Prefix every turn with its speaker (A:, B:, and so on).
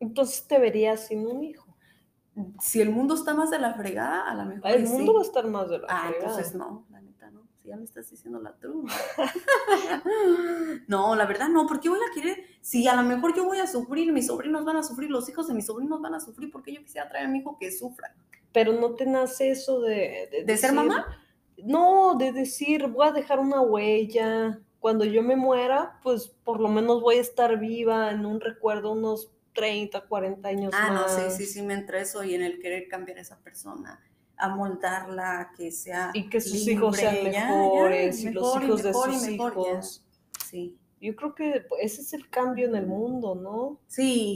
A: entonces te verías sin un hijo.
B: Si el mundo está más de la fregada, a lo mejor.
A: El
B: y
A: mundo
B: sí.
A: va a estar más de la
B: Ah,
A: fregada.
B: entonces no, la neta no. Si ya me estás diciendo la truma. no, la verdad no, ¿por qué voy a querer? Si a lo mejor yo voy a sufrir, mis sobrinos van a sufrir, los hijos de mis sobrinos van a sufrir, porque yo quisiera traer a mi hijo que sufra?
A: Pero no te nace eso de...
B: ¿De ser mamá?
A: No, de decir, voy a dejar una huella. Cuando yo me muera, pues por lo menos voy a estar viva en un recuerdo unos 30, 40 años
B: Ah, no,
A: más.
B: sí, sí, sí, me entra eso y en el querer cambiar a esa persona, a moldarla, a que sea.
A: Y que sus
B: libre,
A: hijos sean
B: ya, ya,
A: mejores y los
B: mejor
A: hijos de
B: mejor y
A: sus
B: mejor, ya.
A: hijos.
B: Sí.
A: Yo creo que ese es el cambio en el mundo, ¿no?
B: Sí,